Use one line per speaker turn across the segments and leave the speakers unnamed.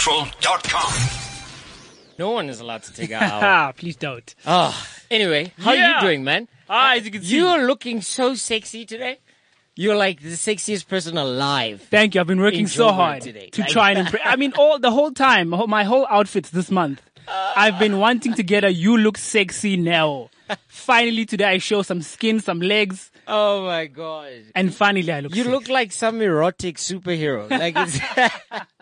CliffCentral.com.
No one is allowed to take a hour.
Ah, please don't.
Ah, anyway, how
Yeah.
are you doing, man?
Ah, as you can see.
You are looking so sexy today. You're like the sexiest person alive.
Thank you. I've been working so
Enjoy
hard
today.
to
Like-
try and impress. I mean, all the whole time, ho- my whole outfits this month, I've been wanting to get a "you look sexy now." Finally, today I show some skin, some legs,
Oh my god.
and finally I look.
You
sexy.
look like some erotic superhero. Like it's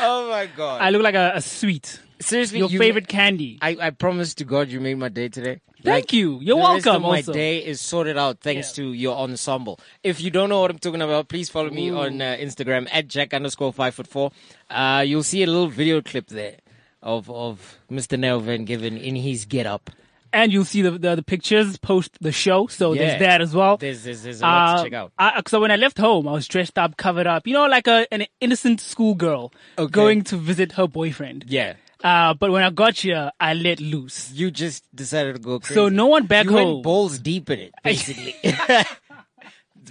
Oh my god.
I look like a, a sweet.
Seriously,
Your
you-
favorite candy.
I, I promise to God you made my day today.
Thank you. You're
the rest
welcome.
of my
also.
day is sorted out thanks to your ensemble. If you don't know what I'm talking about, please follow me on uh, Instagram at Jack underscore five foot four. Uh, you'll see a little video clip there of of Mr. Nell Van Given in his get up.
and you'll see the, the, the pictures post the show. So
Yeah.
Oh, there's that as well.
There's there's, there's a lot
Uh,
to check out.
I, so when I left home, I was dressed up, covered up, you know, like a, an innocent schoolgirl
Okay.
going to visit her boyfriend.
Yeah,
Uh, but when I got here, I let loose.
you just decided to go. Crazy.
So no one back
you
home,
went balls deep in it, basically.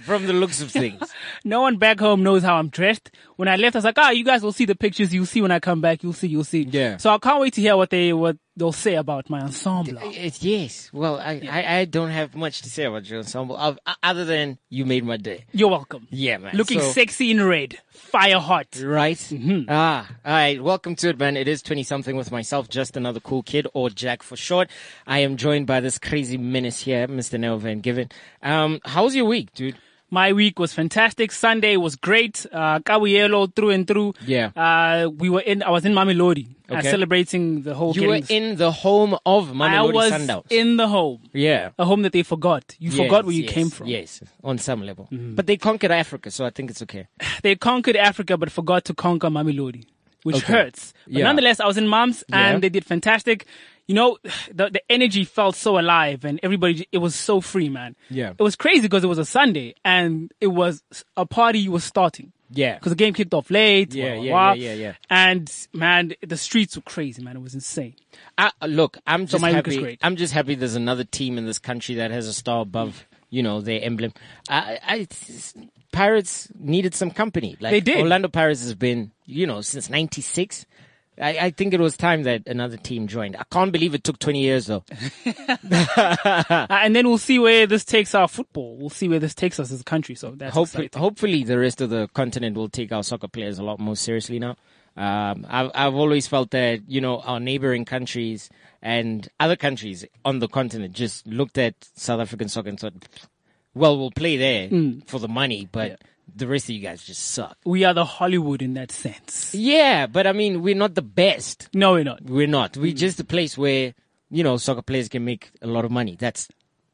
From the looks of things.
no one back home knows how I'm dressed. When I left, I was like, ah, you guys will see the pictures. You'll see when I come back. You'll see. You'll see.
Yeah.
So I can't wait to hear what they what they'll say about my ensemble.
It, yes. Well, I, I, I don't have much to say about your ensemble of, o- other than you made my day.
You're welcome.
Yeah, man.
Looking
So-
sexy in red, fire hot.
Right? Mm-hmm. Ah, all right. Welcome to it, man. It is 20 something with myself, just another cool kid, or Jack for short. I am joined by this crazy menace here, Mr. Neil Van Given. Um, how was your week, dude?
My week was fantastic. Sunday was great. Uh, Kawuyelo through and through.
Yeah.
Uh, we were in, I was in Mamelodi, uh,
Okay.
celebrating the whole
You were
Giddings.
in the home of
I
Mamelodi
was
Sundowns.
in the home.
yeah.
A home that they forgot. You forgot where you
Yes,
came from. Mm-hmm.
Yes, on some level. But they conquered Africa, so I think it's okay.
They conquered Africa but forgot to conquer Mamelodi, which
Okay.
hurts. But
Yeah.
nonetheless, I was in Moms
Yeah.
and they did fantastic. You know, the, the energy felt so alive and everybody, it was so free, man.
Yeah.
It was crazy because it was a Sunday and it was a party was starting.
Yeah.
because the game kicked off late.
Yeah,
wah, wah,
yeah,
wah.
yeah, yeah, yeah.
And man, the streets were crazy, man. It was insane.
I, look, I'm just
my week
happy.
is great.
I'm just happy there's another team in this country that has a star above, you know, their emblem. I, I, it's- Pirates needed some company. Like
They did.
Orlando Pirates has been, you know, since '96. I, I think it was time that another team joined. I can't believe it took 20 years though. Ah.
Uh, and then we'll see where this takes our football. We'll see where this takes us as a country. So that's
Hopefully,
exciting.
hopefully the rest of the continent will take our soccer players a lot more seriously now. Um, I've, I've always felt that, you know, our neighboring countries and other countries on the continent just looked at South African soccer and thought, well, we'll play there
Hmm.
for the money, but the rest of you guys just suck.
We are the Hollywood in that sense.
Yeah, but I mean, we're not the best.
No, we're not.
We're not.
Hmm.
We're just a place where, you know, soccer players can make a lot of money. That's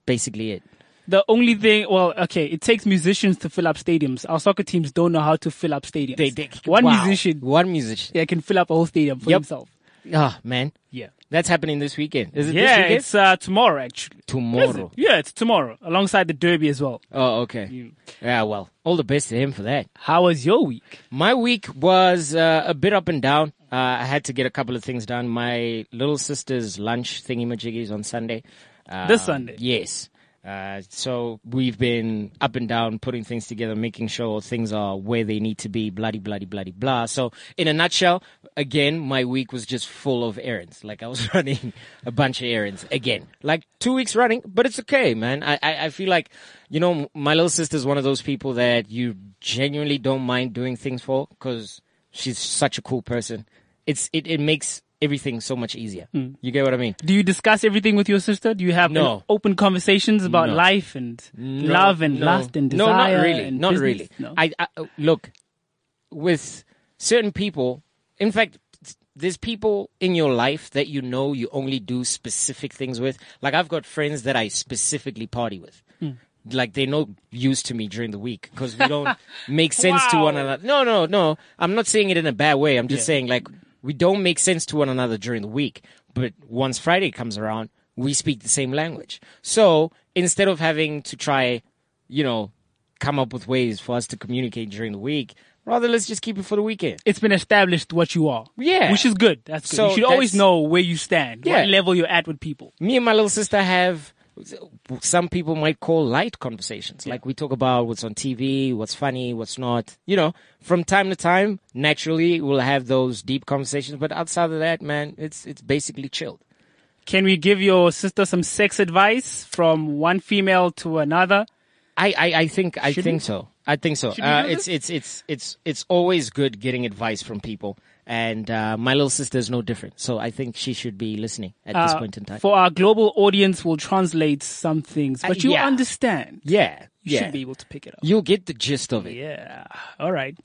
basically it.
The only thing, well, okay, it takes musicians to fill up stadiums. Our soccer teams don't know how to fill up stadiums.
They, they,
One
wow.
musician
One musician.
yeah, can fill up a whole stadium for
Yep.
himself.
Ah, man.
Yeah.
That's happening this weekend. Is it this
Yeah,
weekend?
it's uh, tomorrow actually. Is it?
Tomorrow.
Yeah, it's tomorrow alongside the derby as well.
Oh, okay. Yeah, well, all the best to him for that.
How was your week?
My week was uh, a bit up and down. Uh, I had to get a couple of things done. My little sister's lunch thingy majiggies on Sunday. Uh,
This Sunday?
Yes. Uh, so we've been up and down, putting things together, making sure things are where they need to be, bloody, bloody, bloody, blah. So, in a nutshell, again, my week was just full of errands. Like I was running a bunch of errands again, like two weeks running, but it's okay, man. I, I, I feel like, you know, my little sister's one of those people that you genuinely don't mind doing things for because she's such a cool person. It's, it, it makes everything so much easier. You get what I mean?
Do you discuss everything with your sister? Do you have
No.
an- open conversations about
No.
life and
No,
love and
no.
lust and desire?
No, not really.
and
not
business?
really.
No.
I, I uh, look with certain people. In fact, there's people in your life that you know you only do specific things with. Like I've got friends that I specifically party with.
Hmm.
Like they're no use to me during the week because we don't make sense to one
Wow.
another. No, no, no. I'm not saying it in a bad way. I'm just saying like we don't make sense to one another during the week. But once Friday comes around, we speak the same language. So instead of having to try, you know, come up with ways for us to communicate during the week, rather let's just keep it for the weekend.
it's been established what you are.
Yeah.
Which is good. That's good.
So
you should always
that's-
know where you stand,
Yeah.
what level you're at with people.
me and my little sister have some people might call light conversations. Like we talk about what's on TV, what's funny, what's not. You know, from time to time, naturally we'll have those deep conversations. But outside of that, man, it's it's basically chilled.
Can we give your sister some sex advice from one female to another?
I, I, I think I
Should
think
we-
so. I think so.
we
Uh,
do
it's it's it's it's it's always good getting advice from people, and uh, my little sister is no different. So I think she should be listening at this
Uh,
point in time. Uh,
For our global audience, we'll translate some things, but you
yeah.
understand.
yeah,
You
yeah.
should be able to pick it up.
You'll get the gist of it.
Yeah. All right.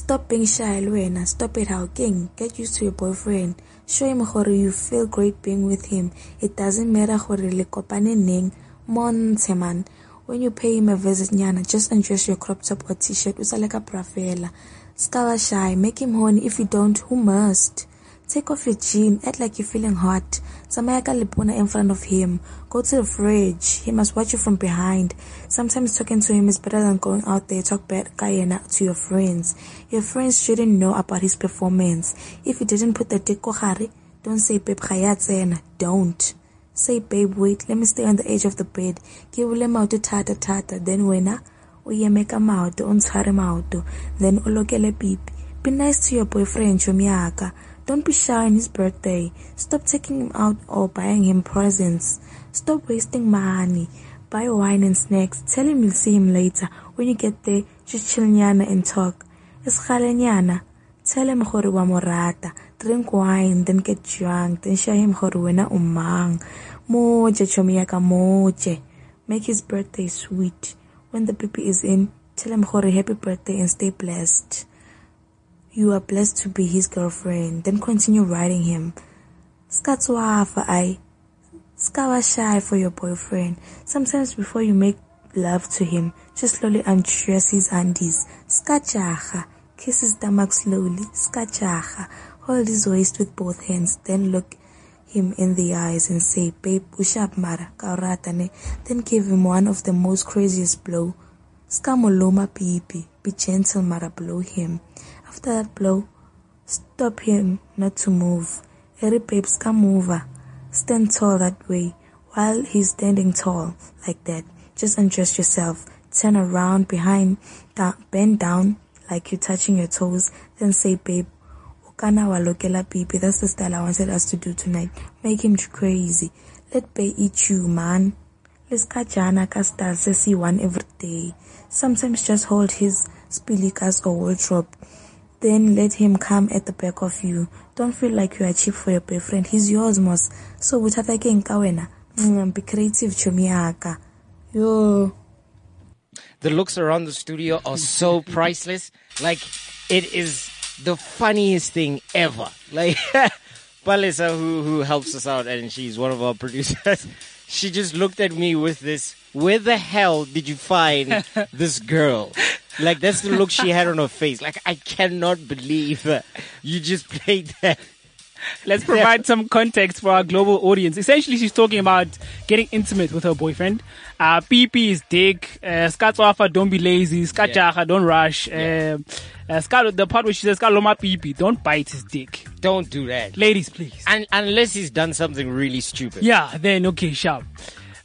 Stop being shy, Luena. Stop it out, gang. Get used to your boyfriend. Show him how you feel great being with him. It doesn't matter how le kopane neng. Montshe man. When you pay him a visit, nyana, just undress your crop top or t-shirt. Usa like a bravela. Scala shy. Make him horny. If you don't, who must? Take off your jean, act like you're feeling hot. Samayaka Lipuna in front of him. Go to the fridge. He must watch you from behind. Sometimes talking to him is better than going out there talk bad Guyana to your friends. Your friends shouldn't know about his performance. If he didn't put the dick kohari, don't say babe khayatsena. Don't. Say babe wait, let me stay on the edge of the bed. Ke bule maoto thata thata then wena o eme ka maoto o ntshware maoto then o lokele pipi be nice to your boyfriend chomi yaka don't be shy on his birthday stop taking him out or buying him presents stop wasting money buy wine and snacks tell him you'll see him later when you get there just chill nyana and talk isigalenyana tell him gore wa morata drink wine then get drunk then show him gore wena o mang moje chomi yaka moje Make his birthday sweet. When the baby is in, tell him Hori happy birthday and stay blessed. You are blessed to be his girlfriend. Then continue writing him. Skatswafa I scour shy for your boyfriend. Sometimes before you make love to him, just slowly undress his undies. Skachaha. Kiss his stomach slowly. Skachaha. Hold his waist with both hands. Then look him in the eyes and say, Babe, ushap mara, kauratane. Then give him one of the most craziest blow. Skamoloma pipi. Be gentle mara, blow him. After that blow, Stop him not to move. Every babes come over. Stand tall that way. While he's standing tall like that, just undress yourself. Turn around behind, da- bend down like you're touching your toes. Then say, babe, ukana walokela pipi. That's the style I wanted us to do tonight. Make him crazy. Let bae eat you, man. Let's catch Anna Castal Sesi one every day. Sometimes just hold his spilikas or wardrobe. Then let him come at the back of you. Don't feel like you are cheap for your boyfriend. He's yours, most. So buthatake nkawena. Mm, Be creative, chumiaka. Yo.
the looks around the studio are so priceless. Like it is the funniest thing ever. Like Palesa, who who helps us out, and she's one of our producers. She just looked at me with this. Where the hell did you find this girl? Like that's the look she had on her face. Like I cannot believe uh, you just played that.
Let's provide some context for our global audience. Essentially, she's talking about getting intimate with her boyfriend. Uh, PP is dick. Uh, Skatwafa, don't be lazy. Skatjaha, don't rush. Uh, uh, Skat, the part where she says, Skatloma PP, don't bite his dick.
Don't do that.
Ladies, please.
Un- unless he's done something really stupid.
Yeah, then, okay, sharp.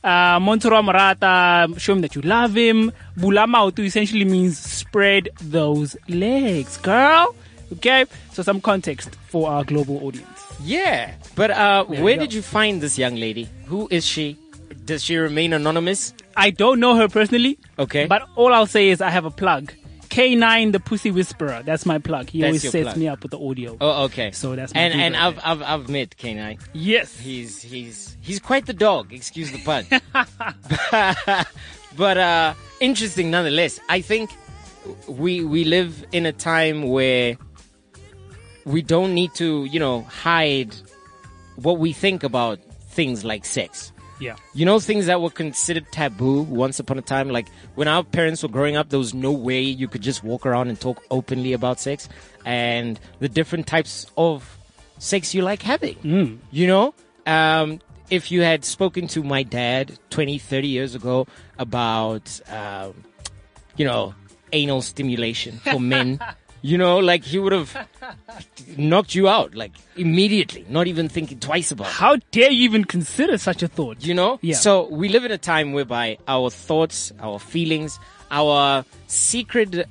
Uh, Montoro Marata, show him that you love him. Bulamautu essentially means spread those legs, girl. Okay? So, some context for our global audience.
Yeah, but uh, where
go.
did you find this young lady? Who is she? Does she remain anonymous?
I don't know her personally.
Okay.
But all I'll say is I have a plug. K9 the Pussy Whisperer. That's my plug. He
That's
always
your
sets
plug.
me up with the audio.
Oh, okay.
So that's my
and
dude
and
right
I've, I've I've met Kenai.
yes.
He's he's he's quite the dog. Excuse the pun. but, but uh, interesting nonetheless. I think we we live in a time where we don't need to you know hide what we think about things like sex.
yeah.
You know, things that were considered taboo once upon a time. Like when our parents were growing up, there was no way you could just walk around and talk openly about sex and the different types of sex you like having. You know, um, if you had spoken to my dad 20, 30 years ago about, um, you know, anal stimulation for men. You know, like he would have knocked you out, like immediately, not even thinking twice about it.
How dare you even consider such a thought?
You know?
Yeah.
So we live in a time whereby our thoughts, our feelings, our secret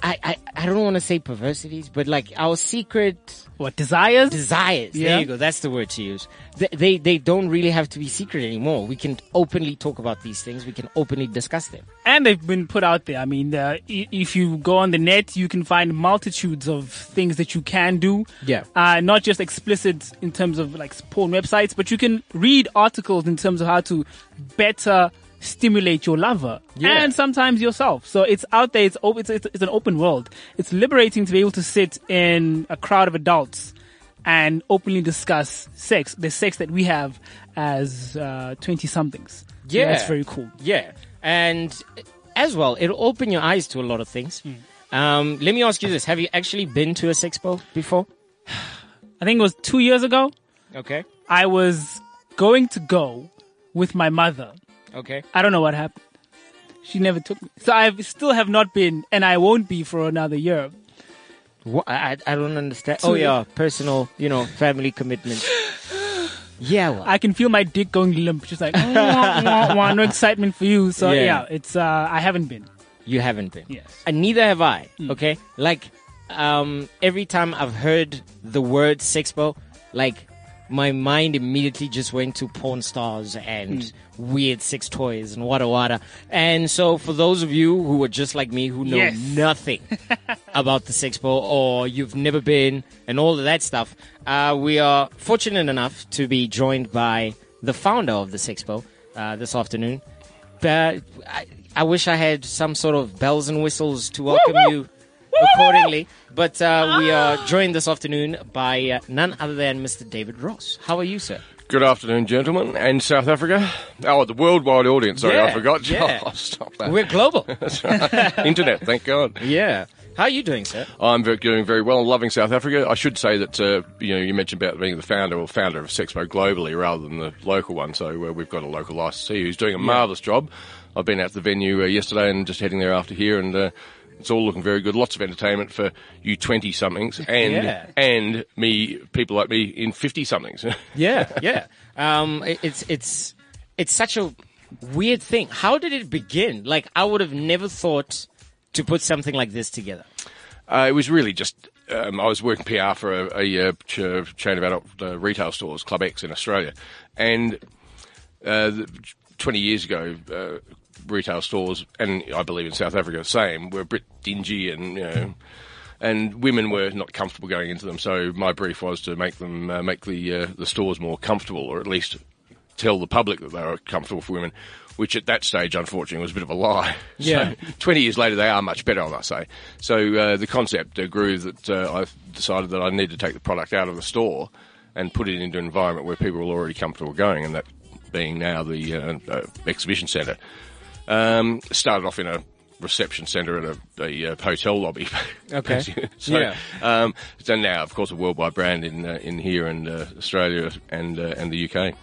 I, I, I don't want to say perversities, but like our secret
what desires?
desires.
Yeah.
There you go. That's the word to use. They, they they don't really have to be secret anymore. We can openly talk about these things. We can openly discuss them.
and they've been put out there. I mean, uh, i- if you go on the net, you can find multitudes of things that you can do.
Yeah.
Uh, not just explicit in terms of like porn websites, but you can read articles in terms of how to better stimulate your lover
Yeah.
and sometimes yourself. So it's out there. It's open. It's, it's, it's an open world. It's liberating to be able to sit in a crowd of adults and openly discuss sex, the sex that we have as uh, twenty somethings.
Yeah.
That's very cool.
Yeah. And as well, it'll open your eyes to a lot of things.
Hmm.
Um, let me ask you this. Have you actually been to a sexpo before?
I think it was two years ago.
Okay.
I was going to go with my mother.
Okay.
I don't know what happened. She never took me. So I still have not been, and I won't be for another year.
What? I, I I don't understand. Oh,
To-
yeah. Personal, you know, family commitments. Yeah. Well,
I can feel my dick going limp, just like, wah, wah, wah, no excitement for you. So
Yeah.
yeah, it's, uh, I haven't been.
you haven't been.
Yes.
And neither have I.
Mm.
Okay. Like, um, every time I've heard the word sexpo, like, my mind immediately just went to porn stars and
Mm.
weird sex toys and wada wada. And so, for those of you who are just like me, who know
Yes.
nothing about the sexpo or you've never been and all of that stuff, uh, we are fortunate enough to be joined by the founder of the sexpo uh, this afternoon. But I, I wish I had some sort of bells and whistles to welcome
woo.
you accordingly. But uh, we are joined this afternoon by uh, none other than Mr. David Ross. How are you, sir?
Good afternoon, gentlemen, and South Africa. Oh, the worldwide audience. Sorry,
Yeah,
I forgot.
yeah.
Oh, stop that.
We're global.
Internet, thank God.
yeah. How are you doing, sir?
I'm very, doing very well. I'm loving South Africa. I should say that uh, you know you mentioned about being the founder or founder of Sexmo globally rather than the local one. So uh, we've got a local licensee who's doing a marvellous job. I've been out to the venue uh, yesterday and just heading there after here, and uh, it's all looking very good. Lots of entertainment for you twenty somethings and
Yeah.
and me people like me in fifty somethings.
Yeah, yeah. Um, it- it's it's it's such a weird thing. How did it begin? Like I would have never thought to put something like this together.
Uh, it was really just um, I was working PR for a, a, uh ch- chain of adult uh, retail stores, Club X in Australia, and uh, the- 20 years ago, uh, retail stores, and I believe in South Africa the same, were a bit dingy and you know. And women were not comfortable going into them, so my brief was to make them uh, make the uh, the stores more comfortable, or at least tell the public that they were comfortable for women, which at that stage, unfortunately, was a bit of a lie. So,
Yeah.
20 years later, they are much better, I must say. So uh, the concept uh, grew that uh, I decided that I need to take the product out of the store and put it into an environment where people were already comfortable going, and that being now the uh, uh, exhibition centre. Um, started off in a reception centre at a, a uh, hotel lobby.
Okay.
so,
Yeah.
um, so now, of course, a worldwide brand in uh, in here and uh, Australia and uh, and the UK.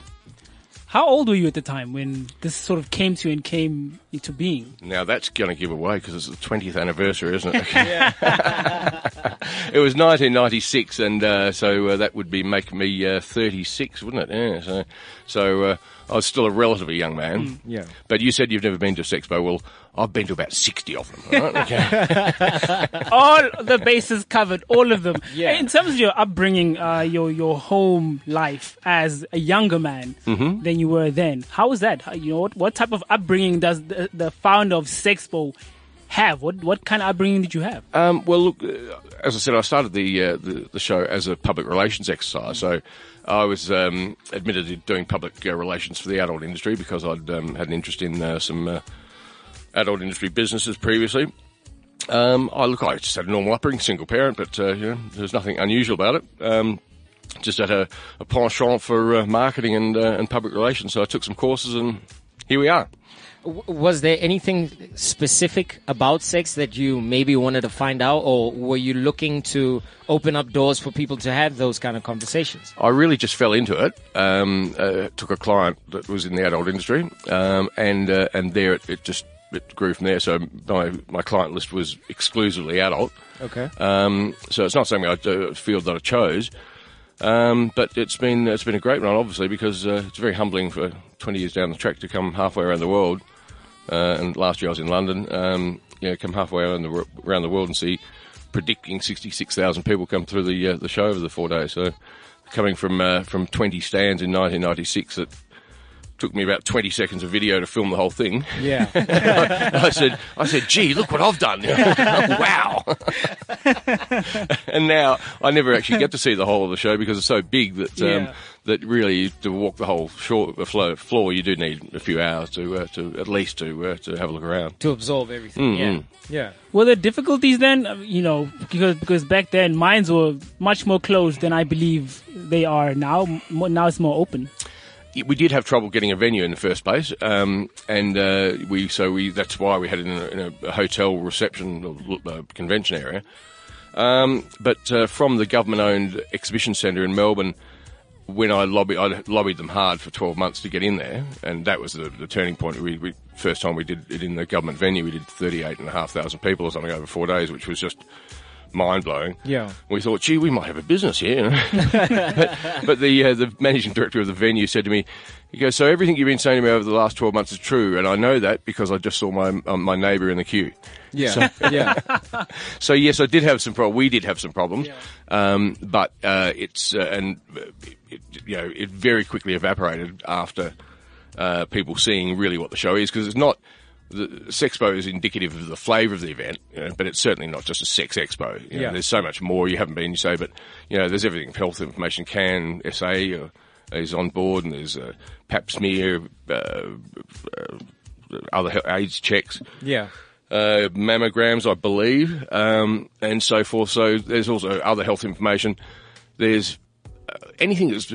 How old were you at the time when this sort of came to you and came into being?
Now that's going to give away because it's the 20th anniversary, isn't it? it was 1996, and uh, so uh, that would be make me uh, 36, wouldn't it? Yeah. So, so uh, I was still a relatively young man.
yeah.
But you said you've never been to a sexpo. Well, I've been to about 60 of them. all Right? Okay.
All the bases covered, all of them.
Yeah.
In terms of your upbringing, uh, your your home life as a younger man
Mm-hmm.
than you were then, how was that? How- You know, what, what type of upbringing does the, the founder of Sexpo have? What what kind of upbringing did you have?
Um, well, look, uh, as I said, I started the, uh, the the show as a public relations exercise. So I was um, admitted to doing public uh, relations for the adult industry because I'd um, had an interest in uh, some uh, adult industry businesses previously. Um, I look, I just had a normal upbringing, single parent, but uh, you know, there's nothing unusual about it. Um, just had a, a penchant for uh, marketing and uh, and public relations, so I took some courses, and here we are.
W- was there anything specific about sex that you maybe wanted to find out, or were you looking to open up doors for people to have those kind of conversations?
I really just fell into it. Um, uh, took a client that was in the adult industry, um, and uh, and there it, it just it grew from there. So my, my client list was exclusively adult.
Okay.
Um, so it's not something I do, a field that I chose. Um, but it's been it's been a great run, obviously, because uh, it's very humbling for 20 years down the track to come halfway around the world. Uh, and last year I was in London. Um, you know, come halfway around the wor- around the world and see predicting 66,000 people come through the uh, the show over the four days. So coming from uh, from 20 stands in 1996 that took me about 20 seconds of video to film the whole thing.
Yeah.
I said, I said, gee, look what I've done. wow. and now I never actually get to see the whole of the show because it's so big that, um,
Yeah.
that really to walk the whole shore, the floor, floor, you do need a few hours to, uh, to at least to, uh, to have a look around.
to absorb everything. Yeah.
Were there difficulties then? Uh, You know, because because back then minds were much more closed than I believe they are now. M- more- Now it's more open.
we did have trouble getting a venue in the first place, um, and uh, we so we that's why we had it in a, in a hotel reception or uh, convention area. Um, but uh, from the government-owned exhibition centre in Melbourne, when I lobbied, I lobbied them hard for twelve months to get in there, and that was the, the turning point. We, we first time we did it in the government venue, we did thirty-eight and a half thousand people or something over four days, which was just mind blowing.
Yeah.
We thought, gee, we might have a business here. but, but the uh, the managing director of the venue said to me, he goes, so everything you've been saying to me over the last twelve months is true, and I know that because I just saw my um, my neighbour in the queue.
Yeah. yeah.
So yes, I did have some problems. We did have some problems, um, but uh, it's uh, and uh, it, you know it very quickly evaporated after uh, people seeing really what the show is because it's not. The Sexpo is indicative of the flavour of the event, you know, but it's certainly not just a sex expo. you know.
Yeah.
There's so much more you haven't been, you say, but you know, there's everything. Health information can SA uh, is on board, and there's uh, Pap smear, uh, uh, other he- AIDS checks
Yeah.
uh, mammograms, I believe, um, and so forth. So there's also other health information. There's uh, anything that's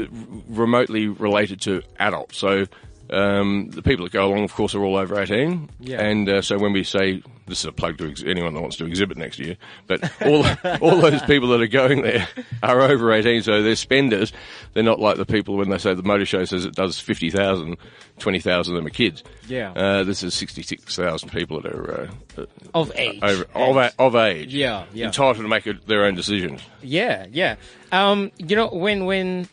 remotely related to adults. So um, the people that go along, of course, are all over 18.
Yeah.
And uh, so when we say this is a plug to ex- anyone that wants to exhibit next year, but all all those people that are going there are over 18, so they're spenders. They're not like the people when they say the motor show says it does 50,000, 20,000 of them are kids.
Yeah.
Uh, this is 66,000 people that are uh,
Of age.
over, of, a- of age.
Yeah, yeah.
Entitled to make it, their own decisions.
Yeah, yeah. Um, you know, when when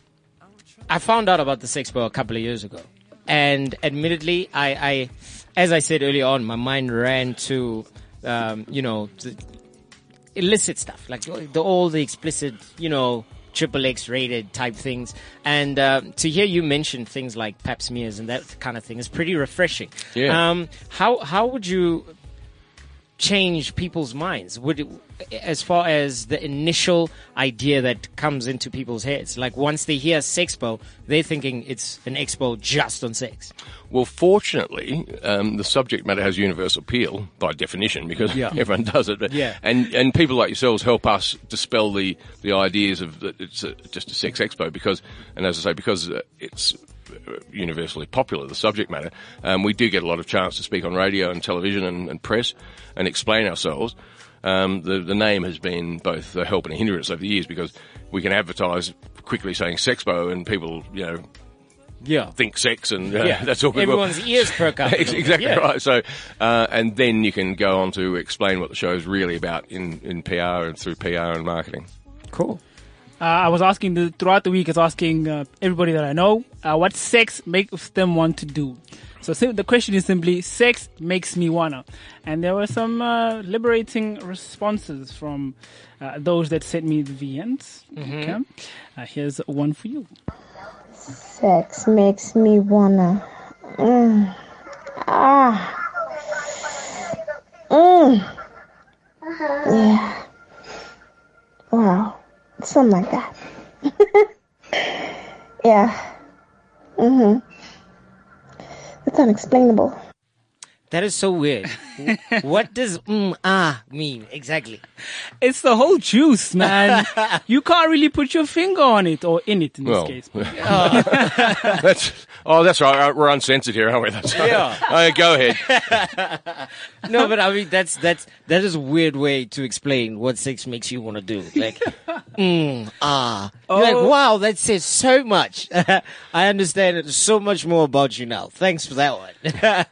I found out about the Sexpo a couple of years ago, and admittedly, I, I as I said earlier on, my mind ran to, um, you know, the illicit stuff like the, all the explicit, you know, triple X rated type things. And uh, to hear you mention things like pap smears and that kind of thing is pretty refreshing.
Yeah.
Um, how how would you change people's minds would it, as far as the initial idea that comes into people's heads like once they hear sexpo they're thinking it's an expo just on sex
Well, fortunately, um, the subject matter has universal appeal by definition because
Yeah.
everyone does it. But,
Yeah.
And and people like yourselves help us dispel the, the ideas of that it's a, just a sex expo because, and as I say, because uh, it's uh, universally popular, the subject matter, um, we do get a lot of chance to speak on radio and television and, and press and explain ourselves. Um, the, the name has been both a help and a hindrance over the years because we can advertise quickly saying sexpo and people, you know,
yeah
think sex and uh,
yeah
that's all people
everyone's ears perk up a
Ex-
little bit.
exactly
Yeah.
right. So, uh, and then you can go on to explain what the show is really about in, in PR and through PR and marketing.
cool
Uh, I was asking the, throughout the week. I was asking uh, everybody that I know uh, what sex makes them want to do. So sim- the question is simply, sex makes me wanna. And there were some uh, liberating responses from uh, those that sent me the VNs. Okay. Uh, here's one for you.
Sex makes me wanna. Mm. Ah. Mm. Yeah. Wow. Something like that. yeah. Mhm. It's unexplainable.
that is so weird what does mm, ah mean exactly
It's the whole juice, man. you can't really put your finger on it or in it in this
Well,
case.
that's oh, that's right. We're uncensored here, aren't we? That's right.
Yeah.
Oh, go ahead.
no but i mean that's that's that is a weird way to explain what sex makes you want to do like mm, ah You're like wow that says so much i understand it so much more about you now thanks for that one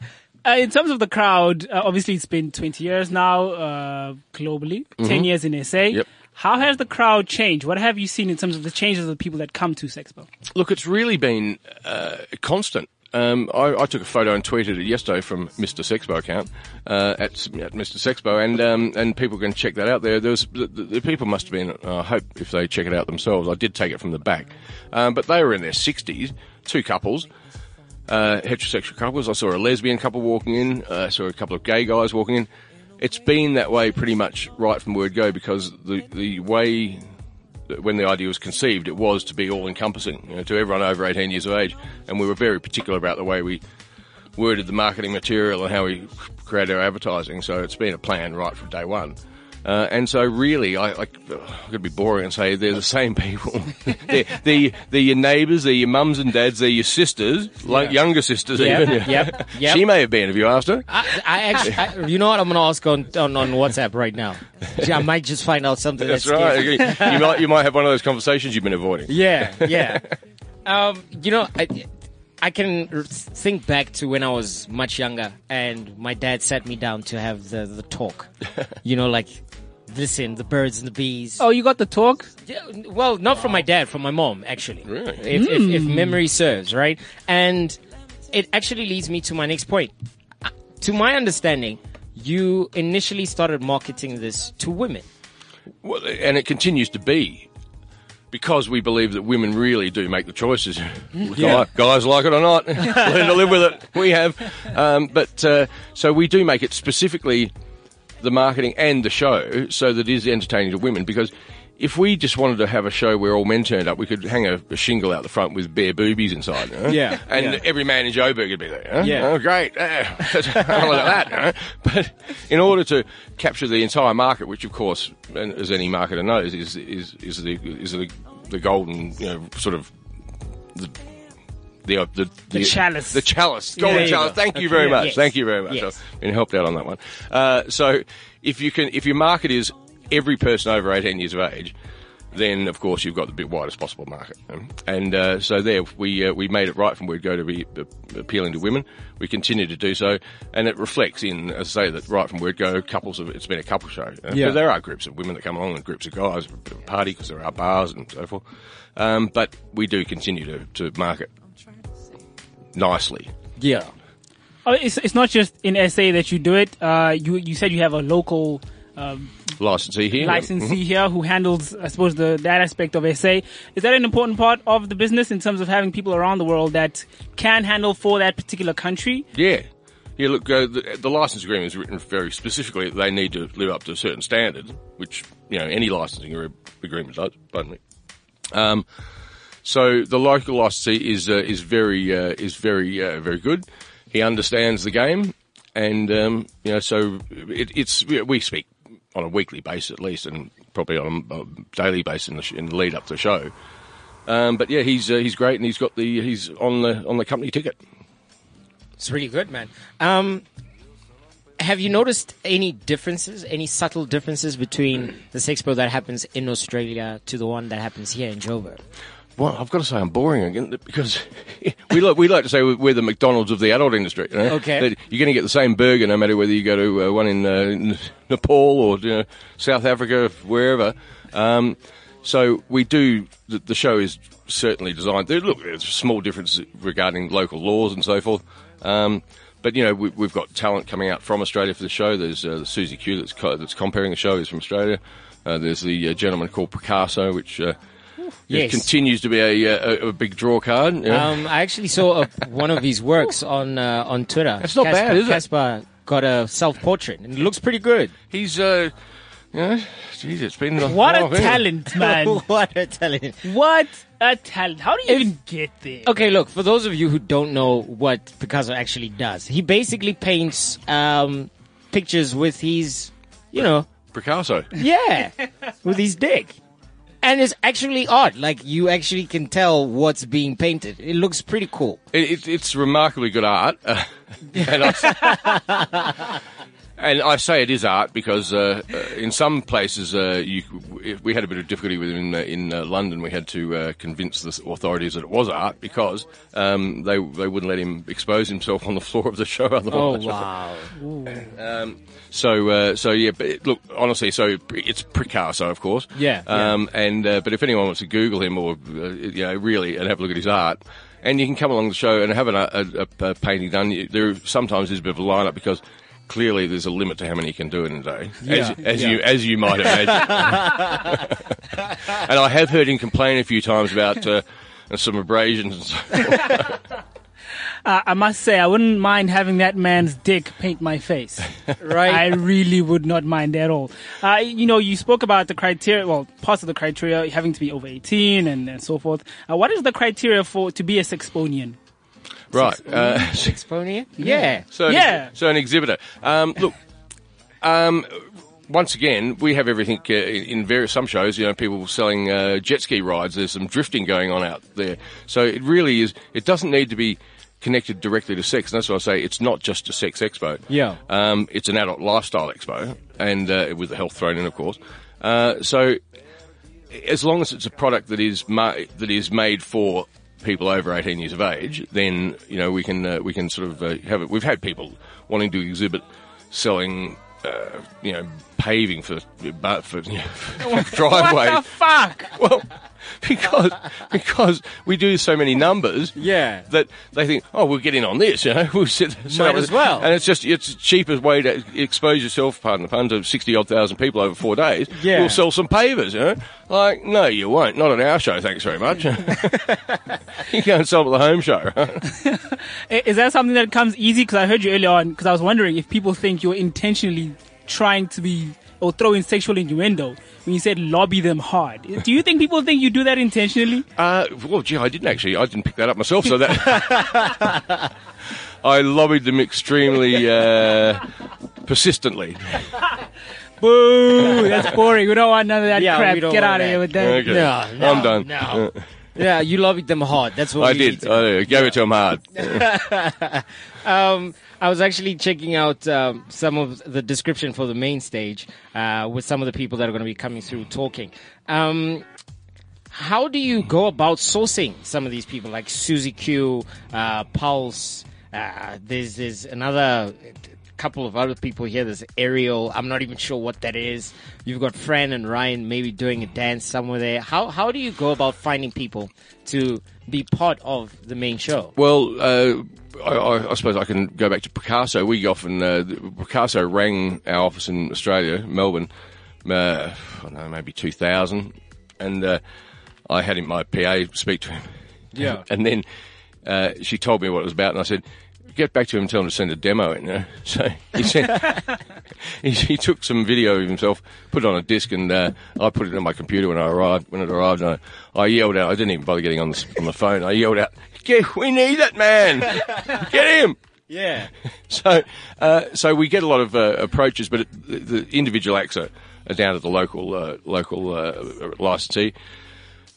Uh, in terms of the crowd, uh, obviously it's been 20 years now uh, globally, 10 years in SA.
Mm-hmm. Yep.
How has the crowd changed? What have you seen in terms of the changes of the people that come to Sexpo?
Look, it's really been uh, constant. Um, I, I took a photo and tweeted it yesterday from Mr. Sexpo account uh, at, s- at Mr. Sexpo, and um, and people can check that out there. There was the, the, the people must have been. I hope if they check it out themselves. I did take it from the back, um, but they were in their sixties, two couples, uh, heterosexual couples. I saw a lesbian couple walking in. Uh, I saw a couple of gay guys walking in. It's been that way pretty much right from word go because the the way that when the idea was conceived, it was to be all encompassing you know, to everyone over 18 years of age. And we were very particular about the way we worded the marketing material and how we created our advertising. So it's been a plan right from day one. Uh, and so really, I, I, I'm going to be boring and say they're the same people. they're, they're, they're your neighbours, they're your mums and dads, they're your sisters, like younger sisters
Yep,
even.
yep, yep.
She may have been if you asked her.
I, I actually, I, you know what? I'm gonna ask on, on on WhatsApp right now. Gee, I might just find out something.
That's
That's,
right.
scary.
you, might, you might have one of those conversations you've been avoiding.
Yeah, yeah. um, you know, I, I can r- think back to when I was much younger, and my dad sat me down to have the the talk. you know, like. Listen, the birds and the bees.
Oh, you got the talk?
Yeah, well, not from my dad, from my mom, actually.
Really?
If, if, if memory serves, right? And it actually leads me to my next point. Uh, To my understanding, you initially started marketing this to women.
Well, and it continues to be because we believe that women really do make the choices. Guy- Guys like it or not, learn to live with it. We have, um, but uh, so we do make it specifically the marketing and the show so that it is entertaining to women because. If we just wanted to have a show where all men turned up, we could hang a, a shingle out the front with bare boobies inside. you know?
Yeah,
and
yeah.
every man in Joburg would be there. huh?
Yeah.
Oh, great. Eh, I like that. huh? But in order to capture the entire market, which of course, and as any marketer knows, is is is the is the, the golden you know sort of the the, uh, the, the
chalice.
the chalice, golden
there you
chalice.
go.
Thank you very
Yeah.
much.
Yes.
Thank you very much.
Yes.
I've been helped out on that one. Uh, so if you can, if your market is every person over eighteen years of age. Then of course you've got the bit widest possible market, Um, and uh, so there we uh, we made it right from word go to be uh, appealing to women. We continue to do so, and it reflects in, as I say, that right from word go couples. Have, it's been a couple show. Uh,
Yeah.
but there are groups of women that come along and groups of guys at a party because there are bars and so forth. Um, but we do continue to, to market nicely.
Yeah.
Oh, it's, it's not just in SA that you do it. Uh, you, you said you have a local um,
Licensee here.
licensee
Mm-hmm.
here who handles, I suppose, the that aspect of SA. Is that an important part of the business in terms of having people around the world that can handle for that particular country?
Mm-hmm. Yeah. Yeah, look, uh, the, the license agreement is written very specifically that they need to live up to a certain standard, which, you know, any licensing re- agreement does, pardon me. Um, so the local licensee is, uh, is very, uh, is very, uh, very good. He understands the game and, um, you know, so it, it's, we we speak on a weekly basis at least and probably on a m- daily basis in the, sh- in the lead up to the show. Um, but yeah, he's, uh, he's great and he's got the, he's on the, on the company ticket.
It's really good, man. Um, have you noticed any differences, any subtle differences between the Sexpo that happens in Australia to the one that happens here in Joburg?
Well, I've got to say I'm boring again because we like we like to say we're- we're the McDonald's of the adult industry. You know?
Okay.
That you're going to get the same burger no matter whether you go to uh, one in uh, N- Nepal or you know, South Africa, wherever. Um, so we do the, the show is certainly designed. There, look, there's small differences regarding local laws and so forth. Um, but you know we, we've got talent coming out from Australia for the show. There's uh, Susie Q that's co- that's comparing the show is from Australia. Uh, there's the uh, gentleman called Picasso, which uh,
Yes.
it continues to be a, uh, a, a big draw card. Yeah.
Um, I actually saw a, one of his works on uh, on Twitter.
That's not
Caspar-
bad, is it?
Caspar got a self portrait and it looks pretty good.
He's, uh, you know, geez, it's been a
What
while,
a
hasn't it?
talent, man!
what a talent!
what a talent! How do you even get there?
Okay, look, for those of you who don't know what Picasso actually does, he basically paints um, pictures with his, you know,
Picasso.
yeah, with his dick. And it's actually art. Like, you actually can tell what's being painted. It looks pretty cool.
It, it, it's remarkably good art. Uh, and I, and I say it is art because uh, uh, in some places uh, you, we had a bit of difficulty with it in, uh, in uh, London. We had to uh, convince the authorities that it was art because um, they they wouldn't let him expose himself on the floor of the show.
Oh
Otherwise,
wow!
um, so uh, so yeah. But it- look, honestly, so it's Picasso, of course.
Yeah, yeah.
Um, and uh, but if anyone wants to Google him or uh, you know really and have a look at his art. And you can come along the show and have an, a, a, a painting done. You- There sometimes there's a bit of a lineup because clearly there's a limit to how many you can do in a day,
Yeah,
as, as
yeah.
you as you might imagine. and I have heard him complain a few times about uh, some abrasions. And so
I, I must say, I wouldn't mind having that man's dick paint my face.
Right.
I really would not mind at all. Uh, you know, you spoke about the criteria, well, parts of the criteria having to be over 18 and, and so forth. Uh, what is the criteria for to be a sexponian?
right. Uh,
Exponia? Yeah.
So an-
Yeah.
so an exhibitor. Um, look, um, once again, we have everything uh, in various some shows. You know, people selling uh, jet ski rides. There's some drifting going on out there. So it really is. It doesn't need to be connected directly to sex. And that's why I say it's not just a sex expo.
Yeah.
Um, it's an adult lifestyle expo, and uh, with the health thrown in, of course. Uh, so as long as it's a product that is ma- that is made for people over 18 years of age, then you know we can uh, we can sort of uh, have it. We've had people wanting to exhibit selling. Uh, you know, paving for but for, you know, for
What
driveway.
the fuck?
well, because because we do so many numbers.
Yeah.
That they think, oh, we'll get in on this. You know, we'll sit. set
Might
up with
as
it."
well.
And it's just it's the cheapest way to expose yourself, pardon the pun, to sixty odd thousand people over four days.
Yeah.
We'll sell some pavers. You know, like no, you won't. Not at our show. Thanks very much. you can't sell at the home show. Right?
I- Is that something that comes easy? Because I heard you earlier on, because I was wondering if people think you're intentionally trying to be or throw in sexual innuendo when you said lobby them hard. Do you think people think you do that intentionally?
Uh, well, gee, I didn't actually. I didn't pick that up myself. So that I lobbied them extremely uh, persistently.
Boo! That's boring. We don't want none of that
Yeah,
crap.
we don't
Get
want
out of
that.
here with that.
No,
Okay.
no,
I'm done.
no. Yeah, you lobbied them hard. That's what
I
we need
did.
to
I did. gave it to him hard.
um, I was actually checking out um, some of the description for the main stage uh, with some of the people that are going to be coming through talking. Um, how do you go about sourcing some of these people, like Susie Q, uh, Pulse? Uh, there's there's another couple of other people here. There's Ariel. I'm not even sure what that is. You've got Fran and Ryan maybe doing a dance somewhere there. How how do you go about finding people to be part of the main show?
Well, uh, I, I, I suppose I can go back to Picasso. We often uh, Picasso rang our office in Australia, Melbourne. Uh, I don't know, maybe two thousand, and uh, I had him, my PA speak to him.
Yeah.
and then uh, she told me what it was about, and I said. Get back to him and tell him to send a demo in. You know? So he sent, he, he took some video of himself, put it on a disc, and uh, I put it on my computer when I arrived. When it arrived, and I, I yelled out. I didn't even bother getting on the, s- on the phone. I yelled out, "Get, we need that man! Get him!"
Yeah.
So, uh, so we get a lot of uh, approaches, but it, the, the individual acts are, are down to the local uh, local uh, licensee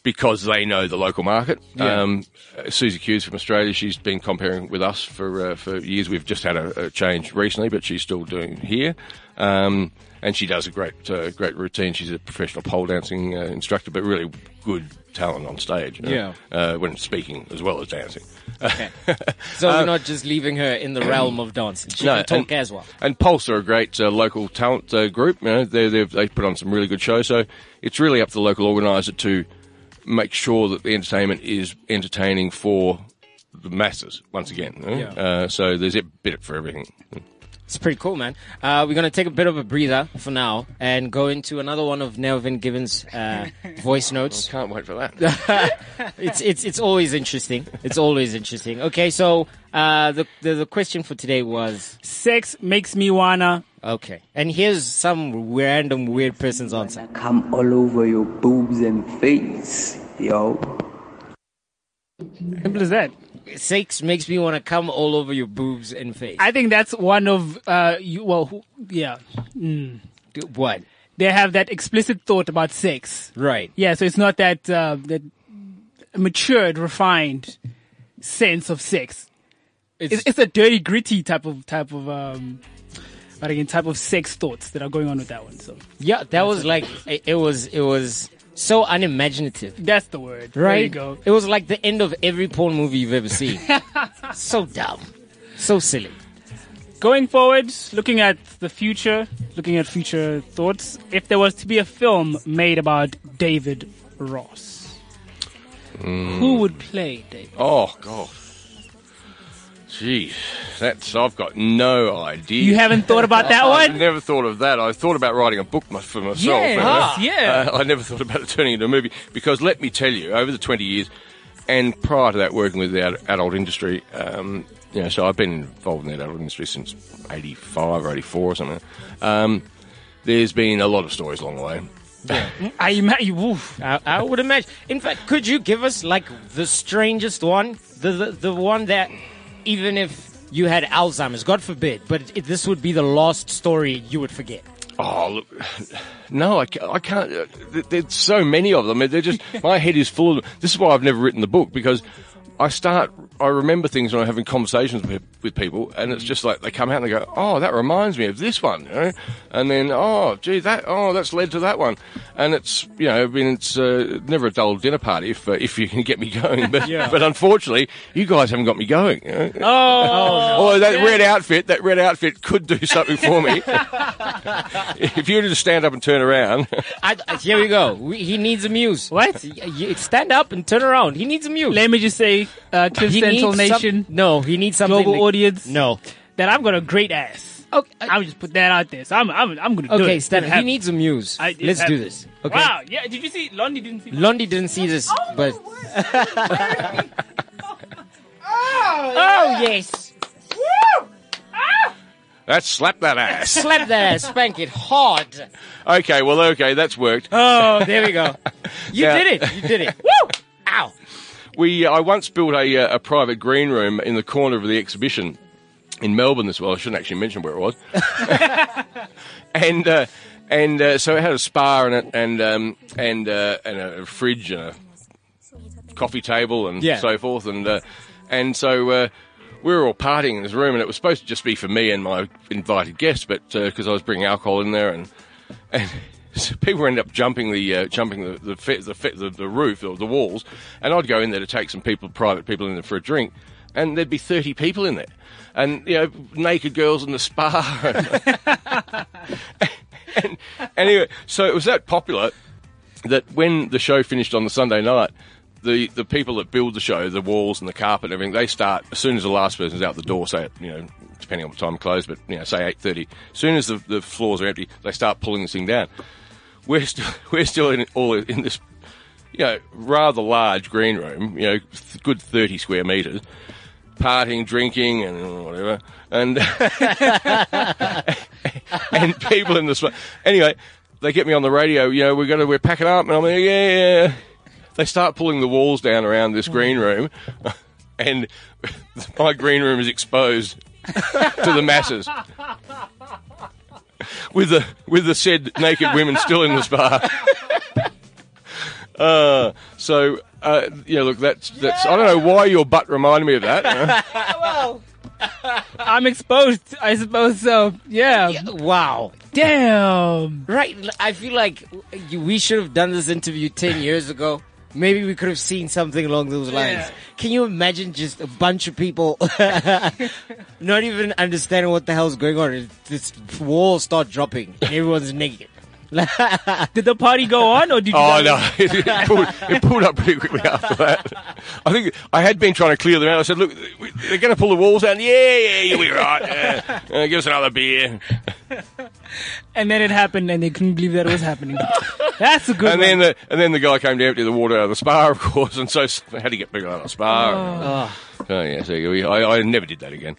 because they know the local market.
Yeah.
Um, uh, Susie Hughes from Australia, she's been comparing with us for uh, for years. We've just had a, a change recently, but she's still doing here. Um, and she does a great uh, great routine. She's a professional pole dancing uh, instructor, but really good talent on stage. you know,
Yeah.
uh, when speaking as well as dancing.
So we're not just leaving her in the realm of dancing. She can talk
and,
as well.
And Pulse are a great uh, local talent uh, group. You know, they they've- they put on some really good shows. So it's really up to the local organizer to make sure that the entertainment is entertaining for the masses. Once again, you know?
Yeah.
uh, so there's a bit for everything.
It's pretty cool, man. Uh, we're gonna take a bit of a breather for now and go into another one of Nelvin Gibbons' uh, voice notes.
Can't wait for that.
It's it's it's always interesting. It's always interesting. Okay, so uh, the, the the question for today was
Sex makes me wanna.
okay, and here's some random weird person's answer.
come all over your boobs and face, yo.
Simple as that.
Sex makes me want to come all over your boobs and face.
I think that's one of uh, you. Well, who, yeah,
what?
they have that explicit thought about sex.
Right.
Yeah, so it's not that uh, that matured, refined sense of sex. It's, it's a dirty, gritty type of type of um, but again, type of sex thoughts that are going on with that one. So
Yeah, that was like it it was it was so unimaginative.
that's the word.
Right?
There you go.
It was like the end of every porn movie you've ever seen. so dumb. So silly.
Going forward, looking at the future, looking at future thoughts, if there was to be a film made about David Ross, who
Hmm.
would play David?
Oh god. Gee, that's I've got no idea.
You haven't thought about that
I've
one?
never thought of that. I thought about writing a book my- for myself.
Yeah,
you know.
ah, yeah.
Uh, I never thought about it turning into a movie because let me tell you, over the 20 years, and prior to that, working with the ad- adult industry, um, you know, so I've been involved in the adult industry since 85 or 84 or something. Um, there's been a lot of stories along the way.
I imagine. Oof.
I, I would imagine. In fact, could you give us like the strangest one, the, the the one that even if you had Alzheimer's, God forbid, but it, this would be the last story you would forget.
Oh, look, no, I, ca- I can't. uh, th- There's so many of them. They're just my head is full of them. This is why I've never written the book because I start. I remember things when I'm having conversations with, with people, and it's just like they come out and they go, "Oh, that reminds me of this one," you know, and then, "Oh, gee, that oh, that's led to that one," and it's you know, I mean, it's uh, never a dull dinner party if uh, if you can get me going, but but unfortunately, you guys haven't got me going. You know?
Oh,
Although that red outfit, that red outfit could do something for me. if you were to just stand up and turn around,
I, I- here we go. We, he needs a muse.
What?
Y- y- stand up and turn around. He needs a muse.
let me just say, uh, Cliff
he needs some-
Central Nation,
no, he needs something.
global
to-
audience,
No.
that I've got a great ass.
Okay.
I would just put that out there. So I'm, I'm, I'm gonna do it.
Okay, Stan,
It
he
happened.
needs a muse.
I- it
Let's do
happened.
this. Okay.
Wow. Yeah. Did you see? Londi didn't see.
Londi didn't see this, but oh yes,
let's slap that ass.
slap that ass, spank it hard.
Okay, well, okay, that's worked.
Oh, there we go. You
Yeah.
did it. You did it. Woo! Ow.
We, I once built a, uh, a private green room in the corner of the exhibition in Melbourne. This well, I shouldn't actually mention where it was. and uh, and uh, so it had a spa and a, and um, and uh, and a fridge and a coffee table and
Yeah.
so forth and uh, and so uh, we were all partying in this room and it was supposed to just be for me and my invited guests, but because I was bringing alcohol in there and and. So people ended up jumping the uh, jumping the the, fe- the, fe- the the roof or the walls, and I'd go in there to take some people, private people, in there for a drink, and there'd be thirty people in there, and you know naked girls in the spa, and anyway, so it was that popular that when the show finished on the Sunday night, the, the people that build the show, the walls and the carpet and everything, they start as soon as the last person's out the door. Say you know, depending on what time it closed, but you know, say eight thirty. As soon as the, the floors are empty, they start pulling this thing down. We're still we're still in all in this you know rather large green room, you know, th- good thirty square meters, partying, drinking, and whatever, and and people in the spa. Anyway, they get me on the radio. You know, we're gonna we're packing up, and I'm like, yeah, yeah. yeah. They start pulling the walls down around this green room, and my green room is exposed to the masses. With the with the said naked women still in the spa. Uh, so uh, yeah, look, that's that's. I don't know why your butt reminded me of that.
I'm exposed. I suppose so. Yeah.
Wow.
Damn.
Right. I feel like you- we should have done this interview 10 years ago. Maybe we could have seen something along those lines.
Yeah.
Can you imagine just a bunch of people not even understanding what the hell's going on? This wall start dropping. and Everyone's naked.
Did the party go on, or did you?
oh
guys-
no, it, it pulled, it pulled up pretty quickly after that. I think I had been trying to clear them out. I said, look, we- they're going to pull the walls down. Yeah, yeah, you'll be right. Yeah. Uh, give us another beer.
And then it happened, and they couldn't believe that it was happening. That's a good.
And
one.
then the and then the guy came to empty the water out of the spa, of course, and so s- had to get people out of the spa. Oh, yeah, so we, I, I never did that again.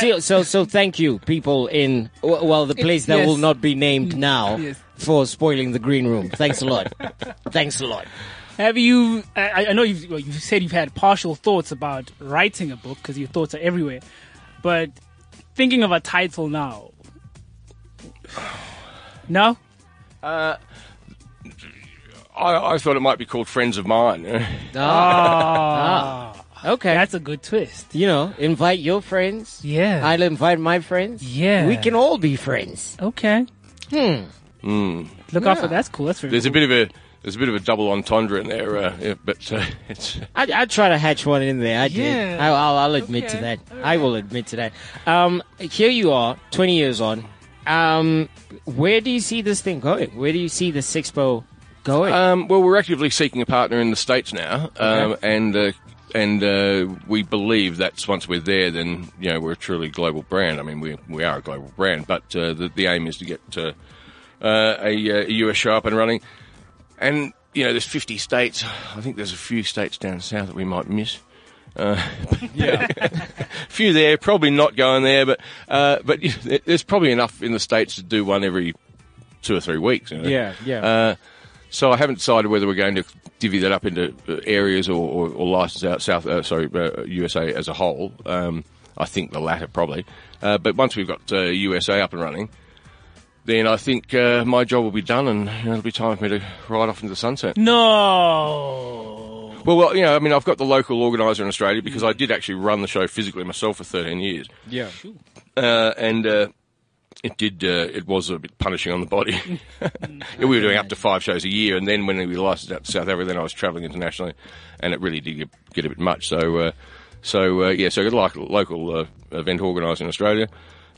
so, so, so thank you, people in w- well, the place that
yes.
will not be named now
Yes.
for spoiling the green room. Thanks a lot. Thanks a lot.
Have you? I, I know you've, well, you've said you've had partial thoughts about writing a book because your thoughts are everywhere, but thinking of a title now. No, Uh,
I, I thought it might be called Friends of Mine.
Ah. Okay.
That's a good twist.
you know, invite your friends.
Yeah.
I'll invite my friends.
Yeah.
We can all be friends.
Okay.
Hmm.
Look out for that's cool. That's very
There's a
cool.
bit of a there's a bit of a double entendre in there, uh, yeah, but uh, it's
I, I try to hatch one in there. I did.
Yeah.
I, I'll, I'll admit to
Okay.
that. I will admit to that. Um, here you are, 20 years on. Um, where do you see this thing going? Where do you see the Sixpo going?
Um, well, we're actively seeking a partner in the states now, um, and uh, and uh, we believe that once we're there, then you know we're a truly global brand. I mean, we we are a global brand, but uh, the the aim is to get uh, uh, a, uh, a US show up and running, and you know there's 50 states. I think there's a few states down south that we might miss. Uh, yeah, few there, probably not going there, but uh, but you know, there's probably enough in the states to do one every two or three weeks. You know?
yeah, yeah.
So I haven't decided whether we're going to divvy that up into uh, areas or, or, or license out South, uh, sorry, uh, USA as a whole. Um, I think the latter probably. Uh, but once we've got uh, USA up and running, then I think uh, my job will be done, and you know, it'll be time for me to ride off into the sunset. Uh,
No.
Well, well, you know, I mean, I've got the local organizer in Australia because I did actually run the show physically myself for 13 years,
yeah.
uh, and. Uh, it did. Uh, it was a bit punishing on the body. we were doing up to five shows a year, and then when we licensed out to South Africa, then I was travelling internationally, and it really did get, get a bit much. So, uh, so uh, yeah, so I got like local uh, event organiser in Australia.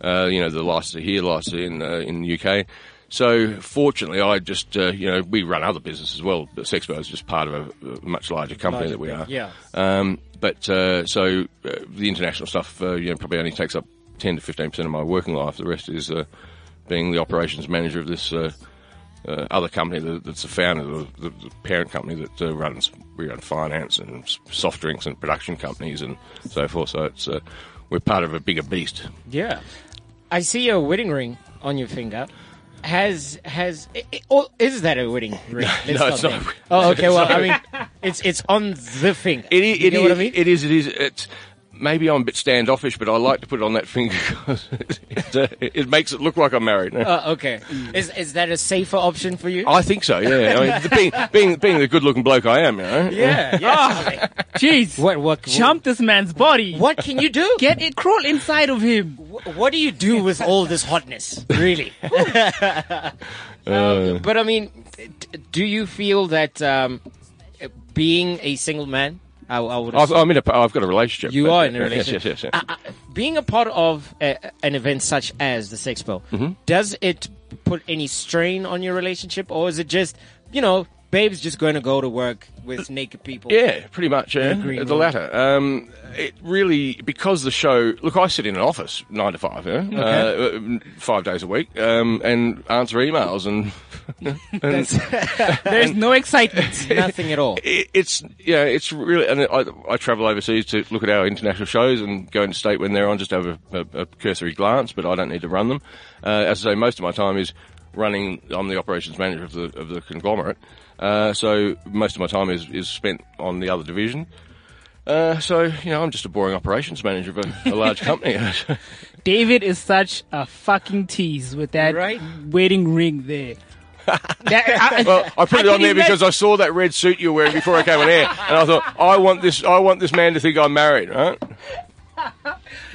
Uh, you know, the licenser here, licenser in uh, in the UK. So fortunately, I just uh, you know we run other business as well. But Sexpo is just part of a, a much larger company that we are.
yeah.
Um, but uh, so uh, the international stuff, uh, you know, probably only takes up ten to fifteen percent of my working life. The rest is uh, being the operations manager of this uh, uh, other company that, that's the founder, the, the, the parent company that uh, runs we run finance and s- soft drinks and production companies and so forth. So it's uh, we're part of a bigger beast.
Yeah. I see a wedding ring on your finger. Has has i- i- or is that a wedding ring? Let's
no, it's
stop
not
there.
a-
Oh, okay. Well, I mean, it's it's on the finger.
It is.
You
it
know what I
is-
mean?
It is. It is. It's maybe I'm a bit standoffish, but I like to put it on that finger 'cause it, it, uh, it makes it look like I'm married.
Uh, okay.
Mm.
Is is that a safer option for you?
I think so. Yeah, I mean, the, being being being the good-looking bloke I am, you know.
yeah.
Oh.
yeah.
Jeez.
What- what-
Jump this man's body.
What can you do?
Get it. Crawl inside of him.
Wh- what do you do with all this hotness, really?
Uh.
Um, but I mean, d- do you feel that um, being a single man, I, I would
I've, I'm in a. I've got a relationship.
You
but-
are in a
yes,
relationship.
Yes, yes, yes.
Uh, uh, being a part of uh an event such as the Sexpo, does it put any strain on your relationship, or is it just, you know, babe's just going to go to work with naked people?
Yeah, pretty much. Yeah,
green
the
room.
latter. Um, it really because the show. Look, I sit in an office nine to five, yeah, uh, uh, five days a week, um, and answer emails, and
There's no excitement.
Nothing at all.
it, it's yeah, it's really. And I, I travel overseas to look at our international shows and go into state when they're on, just have a, a, a cursory glance. But I don't need to run them. Uh, as I say, most of my time is running. I'm the operations manager of the of the conglomerate, uh, so most of my time is is spent on the other division. Uh, so you know, I'm just a boring operations manager of a, a large company.
David is such a fucking tease with that
Right?
wedding ring there. That- I-
Well, I put it
I
on
can
there because
imagine-
I saw that red suit you were wearing before I came on air, and I thought I want this. I want this man to think I'm married, right?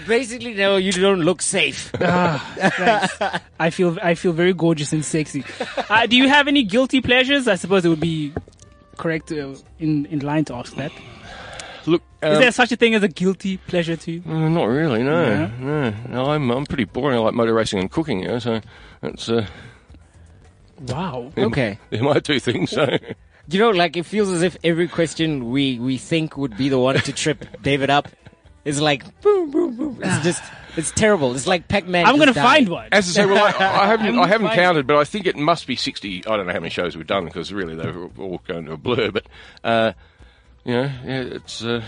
Basically, no, you don't look safe.
I feel I feel very gorgeous and sexy. Uh, do you have any guilty pleasures? I suppose it would be correct uh, in in line to ask that. Is
Look, um,
there such a thing as a guilty pleasure to you?
Uh, not really, no, no. No, I'm I'm pretty boring. I like motor racing and cooking, you know, so that's uh,
Wow.
okay.
they're my two things. So
You know, like it feels as if every question we we think would be the one to trip David up is like boom, boom, boom. It's just it's terrible. It's like Pac-Man.
Ah. I'm
just
gonna
died.
find one.
as I say, well, I, I haven't I haven't
fine.
counted, but I think it must be sixty. I don't know how many shows we've done because really they were all going to a blur. But uh, you know, yeah, it's uh,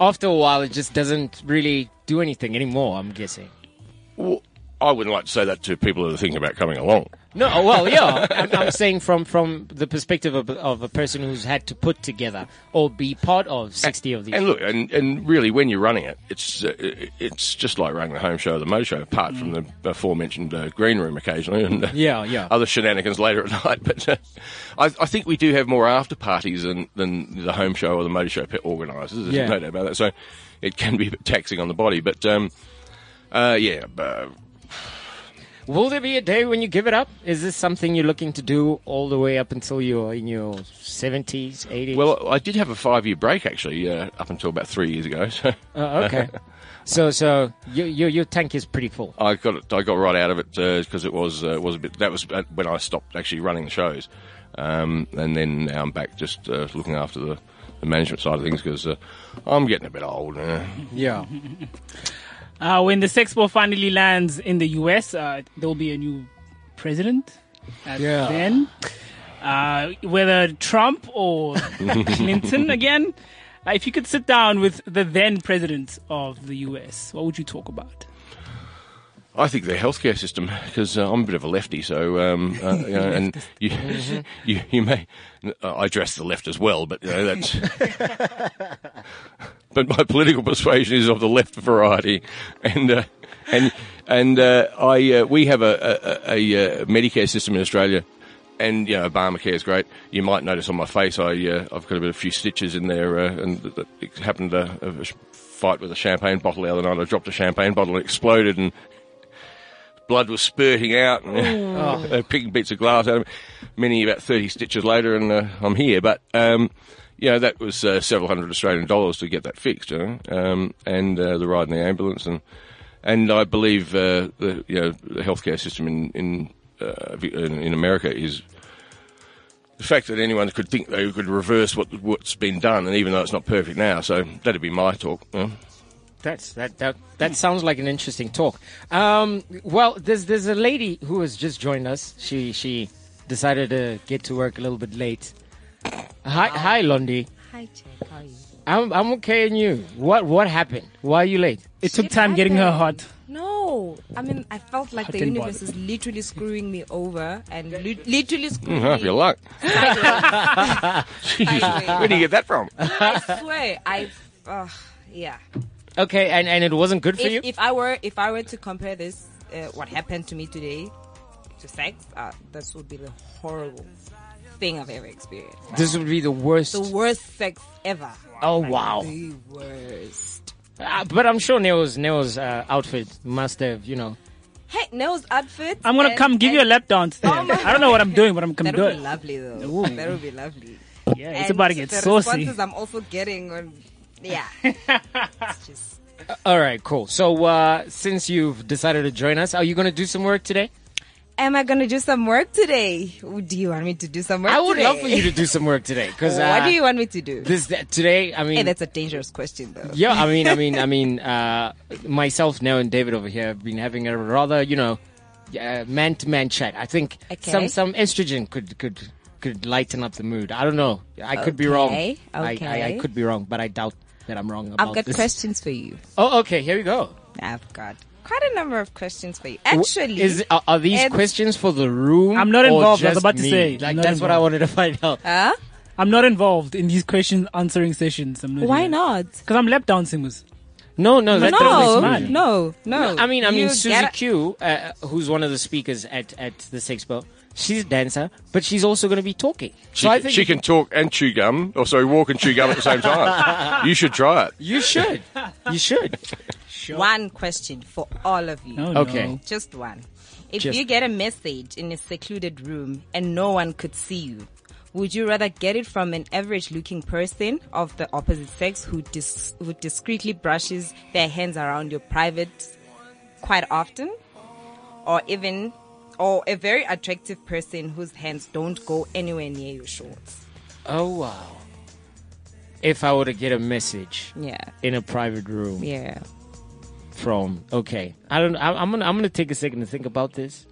After a while, it just doesn't really do anything anymore. I'm guessing.
well, I wouldn't like to say that to people that are thinking about coming along.
No, oh, well, yeah. I'm, I'm saying from, from the perspective of, of a person who's had to put together or be part of 60 of these.
And look, and, and really, when you're running it, it's uh, it- it's just like running the home show or the mo show, apart from the aforementioned uh, green room occasionally and uh,
Mm. Yeah, yeah.
other shenanigans later at night. But uh, I, I think we do have more after parties than, than the home show or the motor show organisers. There's
Yeah.
no doubt about that. So it can be a bit taxing on the body. But um, uh, yeah, uh,
Will there be a day when you give it up? Is this something you're looking to do all the way up until you're in your 70s, 80s?
well, I did have a five year break actually uh, up until about three years ago. So
Uh, okay. so, so your, your, your tank is pretty full.
I got it, I got right out of it because it was uh, was a bit. That was at- when I stopped actually running the shows, um, and then now I'm back just uh, looking after the, the management side of things because uh, I'm getting a bit old. Uh,
Yeah.
Uh, when the Sexpo finally lands in the US, uh, there will be a new president. At
Yeah.
Then, uh, whether Trump or Clinton again, uh, if you could sit down with the then president of the US, what would you talk about?
I think the healthcare system because uh, I'm a bit of a lefty, so um, uh, you know, and you, you you may uh, I dress the left as well, but you know that's. but my political persuasion is of the left variety, and uh, and and uh, I uh, we have a a, a a Medicare system in Australia, and you know Obamacare is great. You might notice on my face I uh, I've got a bit of few stitches in there, uh, and th- th- it happened uh, a sh- fight with a champagne bottle the other night. I dropped a champagne bottle, it exploded, and blood was spurting out, and uh, picking bits of glass out of it. Many about 30 stitches later, and uh, I'm here. But, um, you know, that was uh, several hundred Australian dollars to get that fixed, you know, um, and uh, the ride in the ambulance. And and I believe uh, the, you know, the healthcare system in, in, uh, Vic- in, in America is. The fact that anyone could think they could reverse what, what's been done, and even though it's not perfect now, so that'd be my talk. you know.
That's that that that sounds like an interesting talk. Um, well, there's there's a lady who has just joined us. She she decided to get to work a little bit late. Hi hi Londi.
Hi, Jake. How are you?
I'm I'm okay and you. What what happened? Why are you late?
It took time getting her hot.
No, I mean, I felt like the
didn't
universe is literally screwing me over and li- literally screwing
Half
me.
your luck.
sideways.
Where do you get that from?
I swear, I. Uh, yeah.
Okay, and, and it wasn't good for you?
If, if I were, if I were to compare this, uh, what happened to me today, to sex, uh, this would be the horrible thing I've ever experienced.
this would be the worst.
The worst sex ever.
oh wow.
The worst.
Uh, but I'm sure Neo's Neo's uh, outfit must have, you know.
Hey, Nails outfit.
I'm gonna
and-
come give you a
and-
lap dance. There.
Oh my-
I don't know what I'm doing, but I'm gonna
That
do
would be
it.
lovely though. That would be lovely.
Yeah, it's
And
about to get
the
saucy.
responses I'm also getting on, yeah. it's just
All right, cool. So uh, since you've decided to join us, are you going to do some work today?
Am I gonna do some work today? Ooh, Do you want me to do some work?
I would
today?
love for you to do some work today because uh,
what do you want me to do?
this that- today. I mean,
hey, that's a dangerous question though.
Yeah, I mean, I mean, I mean, uh, myself now and David over here have been having a rather, you know, man to man chat. I think
Okay.
some some estrogen could could could lighten up the mood. I don't know. I could be wrong.
Okay,
I- I, I,
okay.
could be wrong, but I doubt that I'm wrong about
I've got
this.
questions for you.
Oh, okay. Here we go.
I've got quite a number of questions for you.
W-
Actually,
is are, are these
and-
questions for the room?
I'm not
or
involved, I was
just
about to
me?
say,
like
I'm not
that's what I
involved.
wanted to find out.
huh?
I'm not involved in these question answering sessions. I'm not
Why not?
Because I'm lap dancing with.
No, no, that
No,
doesn't make sense.
no, no.
I mean, I mean,
You
Susie
gotta-
Q, uh, who's one of the speakers at at the Expo, she's a dancer, but she's also going to be talking.
She,
so I
can-
think
she can talk and chew gum, or sorry, walk and chew gum at the same time. you should try it.
you should, you should.
one question for all of you.
No,
Okay.
no.
Just one. If
Oh. Just-
you get a message in a secluded room and no one could see you, would you rather get it from an average looking person of the opposite sex who, dis- who discreetly brushes their hands around your private quite often? Or even, or a very attractive person whose hands don't go anywhere near your shorts?
Oh wow! If I were to get a message
Yeah.
in a private room
Yeah.
from, okay, I don't, I, I'm gonna, I'm gonna take a second to think about this.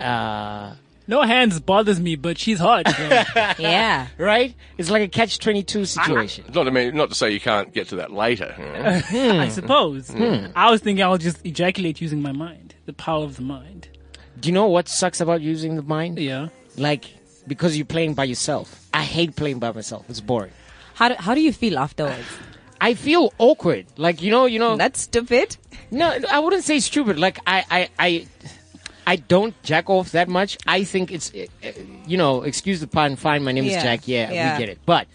Uh,
No hands bothers me, but she's hot. bro.
Yeah.
right? It's like a catch 22 situation.
Not to mean, not to say you can't get to that later. you know.
I suppose. I was thinking I'll just ejaculate using my mind, the power of the mind.
Do you know what sucks about using the mind?
Yeah.
Like, because you're playing by yourself. I hate playing by myself. It's boring.
How do, how do you feel afterwards?
I feel awkward. Like, you know, you know,
That's stupid.
no, I wouldn't say stupid. Like, I, I, I, I don't jack off that much. I think it's, uh, uh, you know, excuse the pun. Fine, my name
Yeah.
is Jack. Yeah,
Yeah.
we get it. But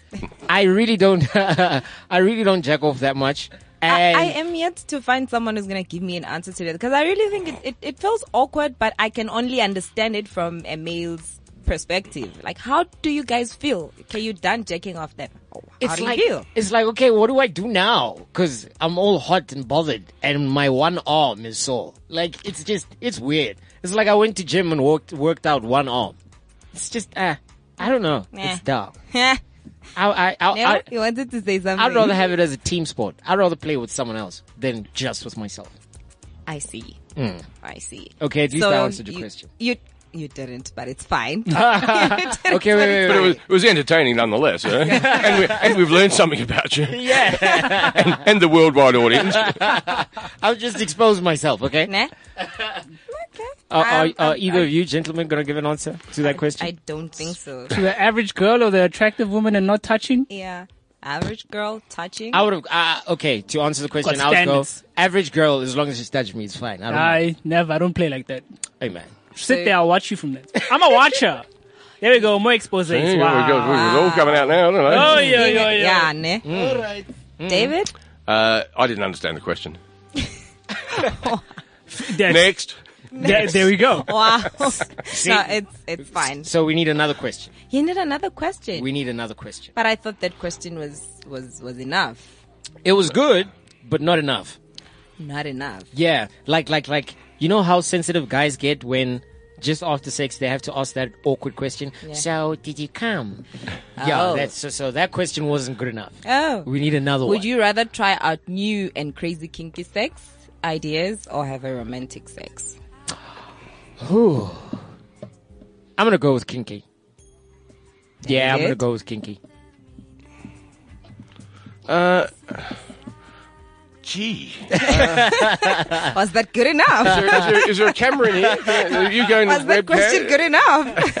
I really don't. I really don't jack off that much.
I,
And
I am yet to find someone who's going to give me an answer to that because I really think it, it, it feels awkward, but I can only understand it from a male's perspective. Like, how do you guys feel? Okay, you done jacking off them. How
it's
do
like
you feel?
it's like okay, what do I do now? Because I'm all hot and bothered, and my one arm is sore. Like it's just it's weird. It's like I went to gym and worked worked out one arm. It's just uh, I don't know.
Nah.
It's dumb.
Huh?
I I I,
Never?
I
you wanted to say something.
I'd rather have it as a team sport. I'd rather play with someone else than just with myself.
I see. I see.
Mm. Okay, at least I answered your
you-
question.
You you didn't, but it's fine.
Okay, wait, wait,
But it
wait.
was, it was entertaining nonetheless. eh? and, we, and we've learned something about you. Yeah. and, and the worldwide audience.
I'll just expose myself. Okay.
Nah? okay.
Are, are,
Um,
are
um,
either of you gentlemen gonna give an answer to that question?
I don't think so.
To the average girl or the attractive woman and not touching?
Yeah. Average girl touching.
I would have. Uh, okay, to answer the question,
Got
I would go.
standards.
Average girl, as long as she's touching me, it's fine. I don't mind.
I never. I don't play like that.
Hey man,
Sit there. I'll watch you from that. I'm a watcher. There we go. More exposes.
Yeah,
wow.
we're, we're all coming out now, don't
Oh,
know.
yeah, yeah, yeah.
Yeah, ne? All
Mm.
right. David?
Uh, I didn't understand the question.
That's-
Next.
there, there we go.
Wow. no, it's it's fine.
so we need another question.
You need another question.
We need another question.
but I thought that question was was was enough.
It was good, but not enough.
Not enough.
Yeah, like like like you know how sensitive guys get when just after sex they have to ask that awkward question.
Yeah.
So did you come? Yeah,
Oh.
that's so, so that question wasn't good enough.
Oh.
We need another
Would
one.
you rather try out new and crazy kinky sex ideas or have a romantic sex?
I'm gonna go with kinky. Yeah, I'm gonna
David?
go with kinky.
Gee.
Was that good enough?
Is there- is there- is there a camera in here? Are you going to
Was that
webcam?
question good enough?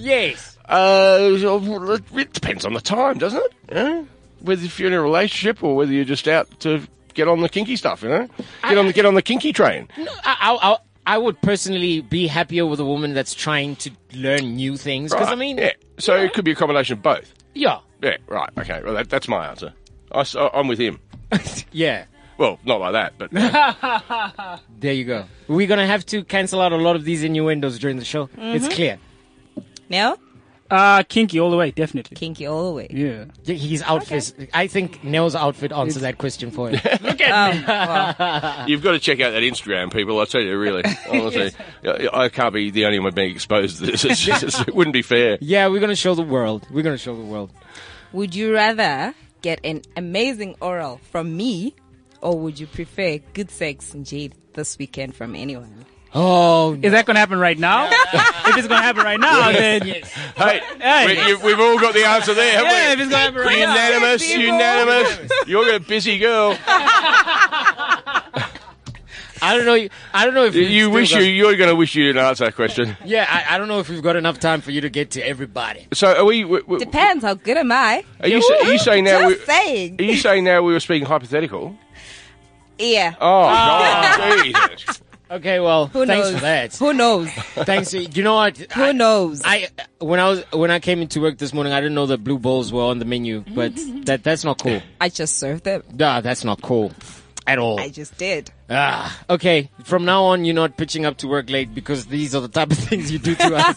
Yes.
Uh, well, it- it depends on the time, doesn't it? Yeah? Whether if you're in a relationship or whether you're just out to get on the kinky stuff, you know, get on the get on the kinky train.
I, I, I- I would personally be happier with a woman that's trying to learn new things. Because I
Right,
mean,
yeah. So it could be a combination of both.
yeah,
Yeah, right. Okay. Well, that, that's my answer. I, am with him.
yeah.
Well, not like that, but uh,
There you go. We're gonna have to cancel out a lot of these innuendos during the show.
Mm-hmm.
It's clear.
no?
Uh, kinky all the way, definitely.
Kinky all the way.
Yeah.
Yeah, His outfit. I think Neil's outfit answered that question for him.
you've got to check out that Instagram, people. I tell you, really, honestly, I I can't be the only one being exposed to this. It's just- it's- it wouldn't be fair.
yeah, we're gonna show the world. We're gonna show the world.
Would you rather get an amazing oral from me or would you prefer good sex in Jade this weekend from anyone?
Oh,
Is that going to happen right now? if it's going to happen right now, then
Hey, We, you, we've all got the answer there, haven't
yeah, if
we?
it's going to happen right now.
Unanimous,
people.
unanimous. You're a busy girl.
I don't know. I don't know if we've
You
still
wish
got-
you you're going to wish you didn't answer that question.
Yeah, I, I don't know if we've got enough time for you to get to everybody.
So are we? w- w-
Depends how good am I?
Are you, sa- are you saying now? We,
Just saying.
are you saying now we were speaking hypothetical?
Yeah.
Oh,
Ah,
God, Jesus.
Okay, well,
Who
thanks
knows?
for that.
Who knows?
thanks. You know what?
Who knows?
I when I was when I came into work this morning, I didn't know that blue balls were on the menu, but that that's not cool.
I just served them.
Nah, that's not cool at all.
I just did.
Ah, okay. From now on, you're not pitching up to work late because these are the type of things you do to us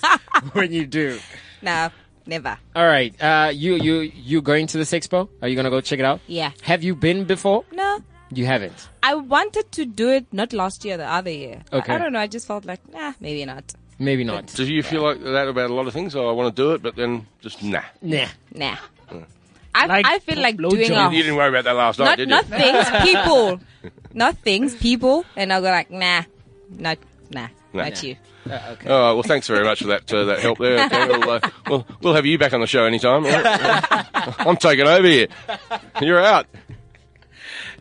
when you do.
Nah, never.
All right. Uh, you you you going to this expo? Are you gonna go check it out?
Yeah.
Have you been before?
No.
You haven't.
I wanted to do it not last year, the other year. I-
Okay.
I, don't know. I just felt like, nah, maybe not.
Maybe not.
Do you feel like that about a lot of things? Oh, I want to do it, but then just nah.
Nah.
Nah. I,
Like
I feel like
blow
doing
job.
a
You didn't worry about that last night,
not,
did you?
not things, people. not things, people. And I'll go like, nah, not, nah,
Nah.
not you.
okay. All right. Well, thanks very much for that uh, that help there. Okay, we'll, uh, we'll we'll have you back on the show anytime. all right? I'm taking over here. You're out.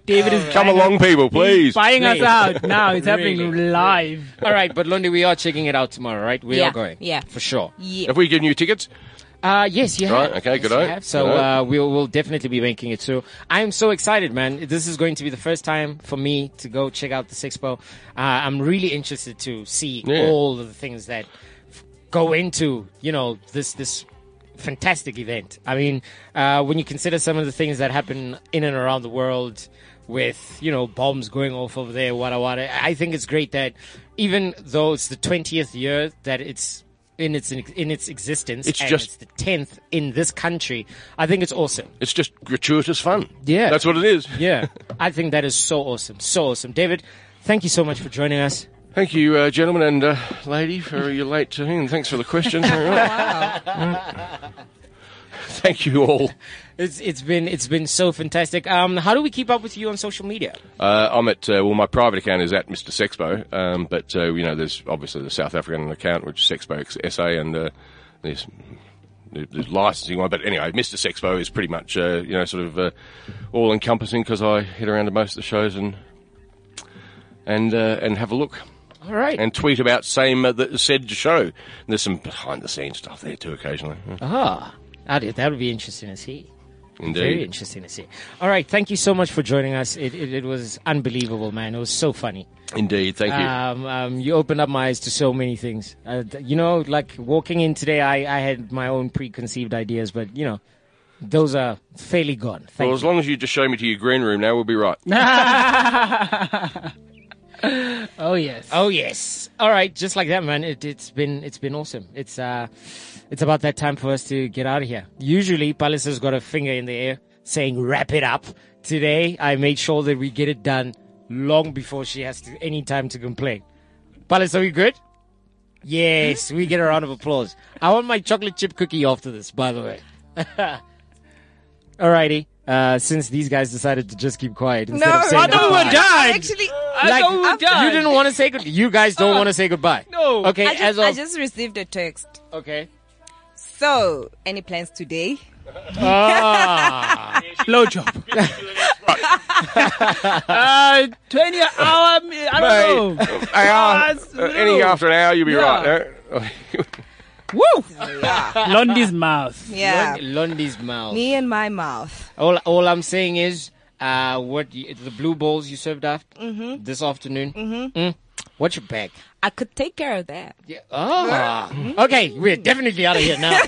David is
Come
buying
along,
us-
people, please.
He's buying us
Please.
out now. It's happening
Really?
live.
All right, but Londi, we are checking it out tomorrow, right? We
Yeah,
are going.
yeah.
For sure.
Yeah.
Have we given you tickets?
Uh, yes, you
Right,
have.
okay,
Yes,
good
you
on.
have. So
Good
uh,
on.
we will definitely be making it too. I am so excited, man. This is going to be the first time for me to go check out the Sixpo. Uh, I'm really interested to see
Yeah.
all of the things that f- go into, you know, this this fantastic event. I mean, uh, when you consider some of the things that happen in and around the world with, you know, bombs going off over there, wada wada, I think it's great that even though it's the 20th year that it's in its in its existence
It's
and
just-
it's the 10th in this country, I think it's awesome.
It's just gratuitous fun.
Yeah.
That's what it is.
Yeah. I think that is so awesome. So awesome. David, thank you so much for joining us.
Thank you, uh, gentlemen and uh, lady, for your late tuning. and Thanks for the questions. All right. Thank you all.
It's it's been it's been so fantastic. Um how do we keep up with you on social media?
Uh, I'm at uh, well, my private account is at Mr. Sexpo, um, but uh, you know, there's obviously the South African account, which is Sexpo SA, and uh, there's there's licensing one. But anyway, Mr. Sexpo is pretty much uh, you know sort of uh, all encompassing because I head around to most of the shows and and uh, and have a look
All right.
and tweet about same uh, the said show. And there's some behind the scenes stuff there too occasionally.
ah. That that would be interesting to see. Very
Indeed.
interesting to see. All right, thank you so much for joining us. It, it, it was unbelievable, man. It was so funny.
Indeed. Thank you.
Um, um, you opened up my eyes to so many things. Uh, th- you know, like walking in today, I, I had my own preconceived ideas, but you know, those are fairly gone. Thank
well,
you.
as long as you just show me to your green room now, we'll be right.
Oh yes.
Oh yes. All right, just like that, man. It, it's been it's been awesome. It's uh, it's about that time for us to get out of here. Usually, Palace has got a finger in the air saying wrap it up. Today, I made sure that we get it done long before she has to, any time to complain. Palace, are we good? Yes, we get a round of applause. I want my chocolate chip cookie after this, by the way. Alrighty. Uh, since these guys decided to just keep quiet instead of saying
I thought we
goodbye.
were done.
Actually,
Like,
thought we were
you
done.
didn't want to say good. You guys don't want to say goodbye.
No.
Okay.
I just,
as of
I just received a text.
okay.
So, any plans today?
Low job. uh, twenty hour. I don't know.
Hey, hour,
Yes,
uh, any
no.
after an hour, you'll be right. eh?
Woo. Lundy's mouth.
Yeah.
Lundy's mouth.
Me and my mouth.
All all I'm saying is, uh, what you, the blue balls you served up this afternoon. Mm-hmm. Mm, what's your back? Ah.
I could take care of that.
Yeah. Oh. Okay, we're definitely out of here now.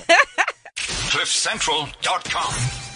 CliffCentral.com.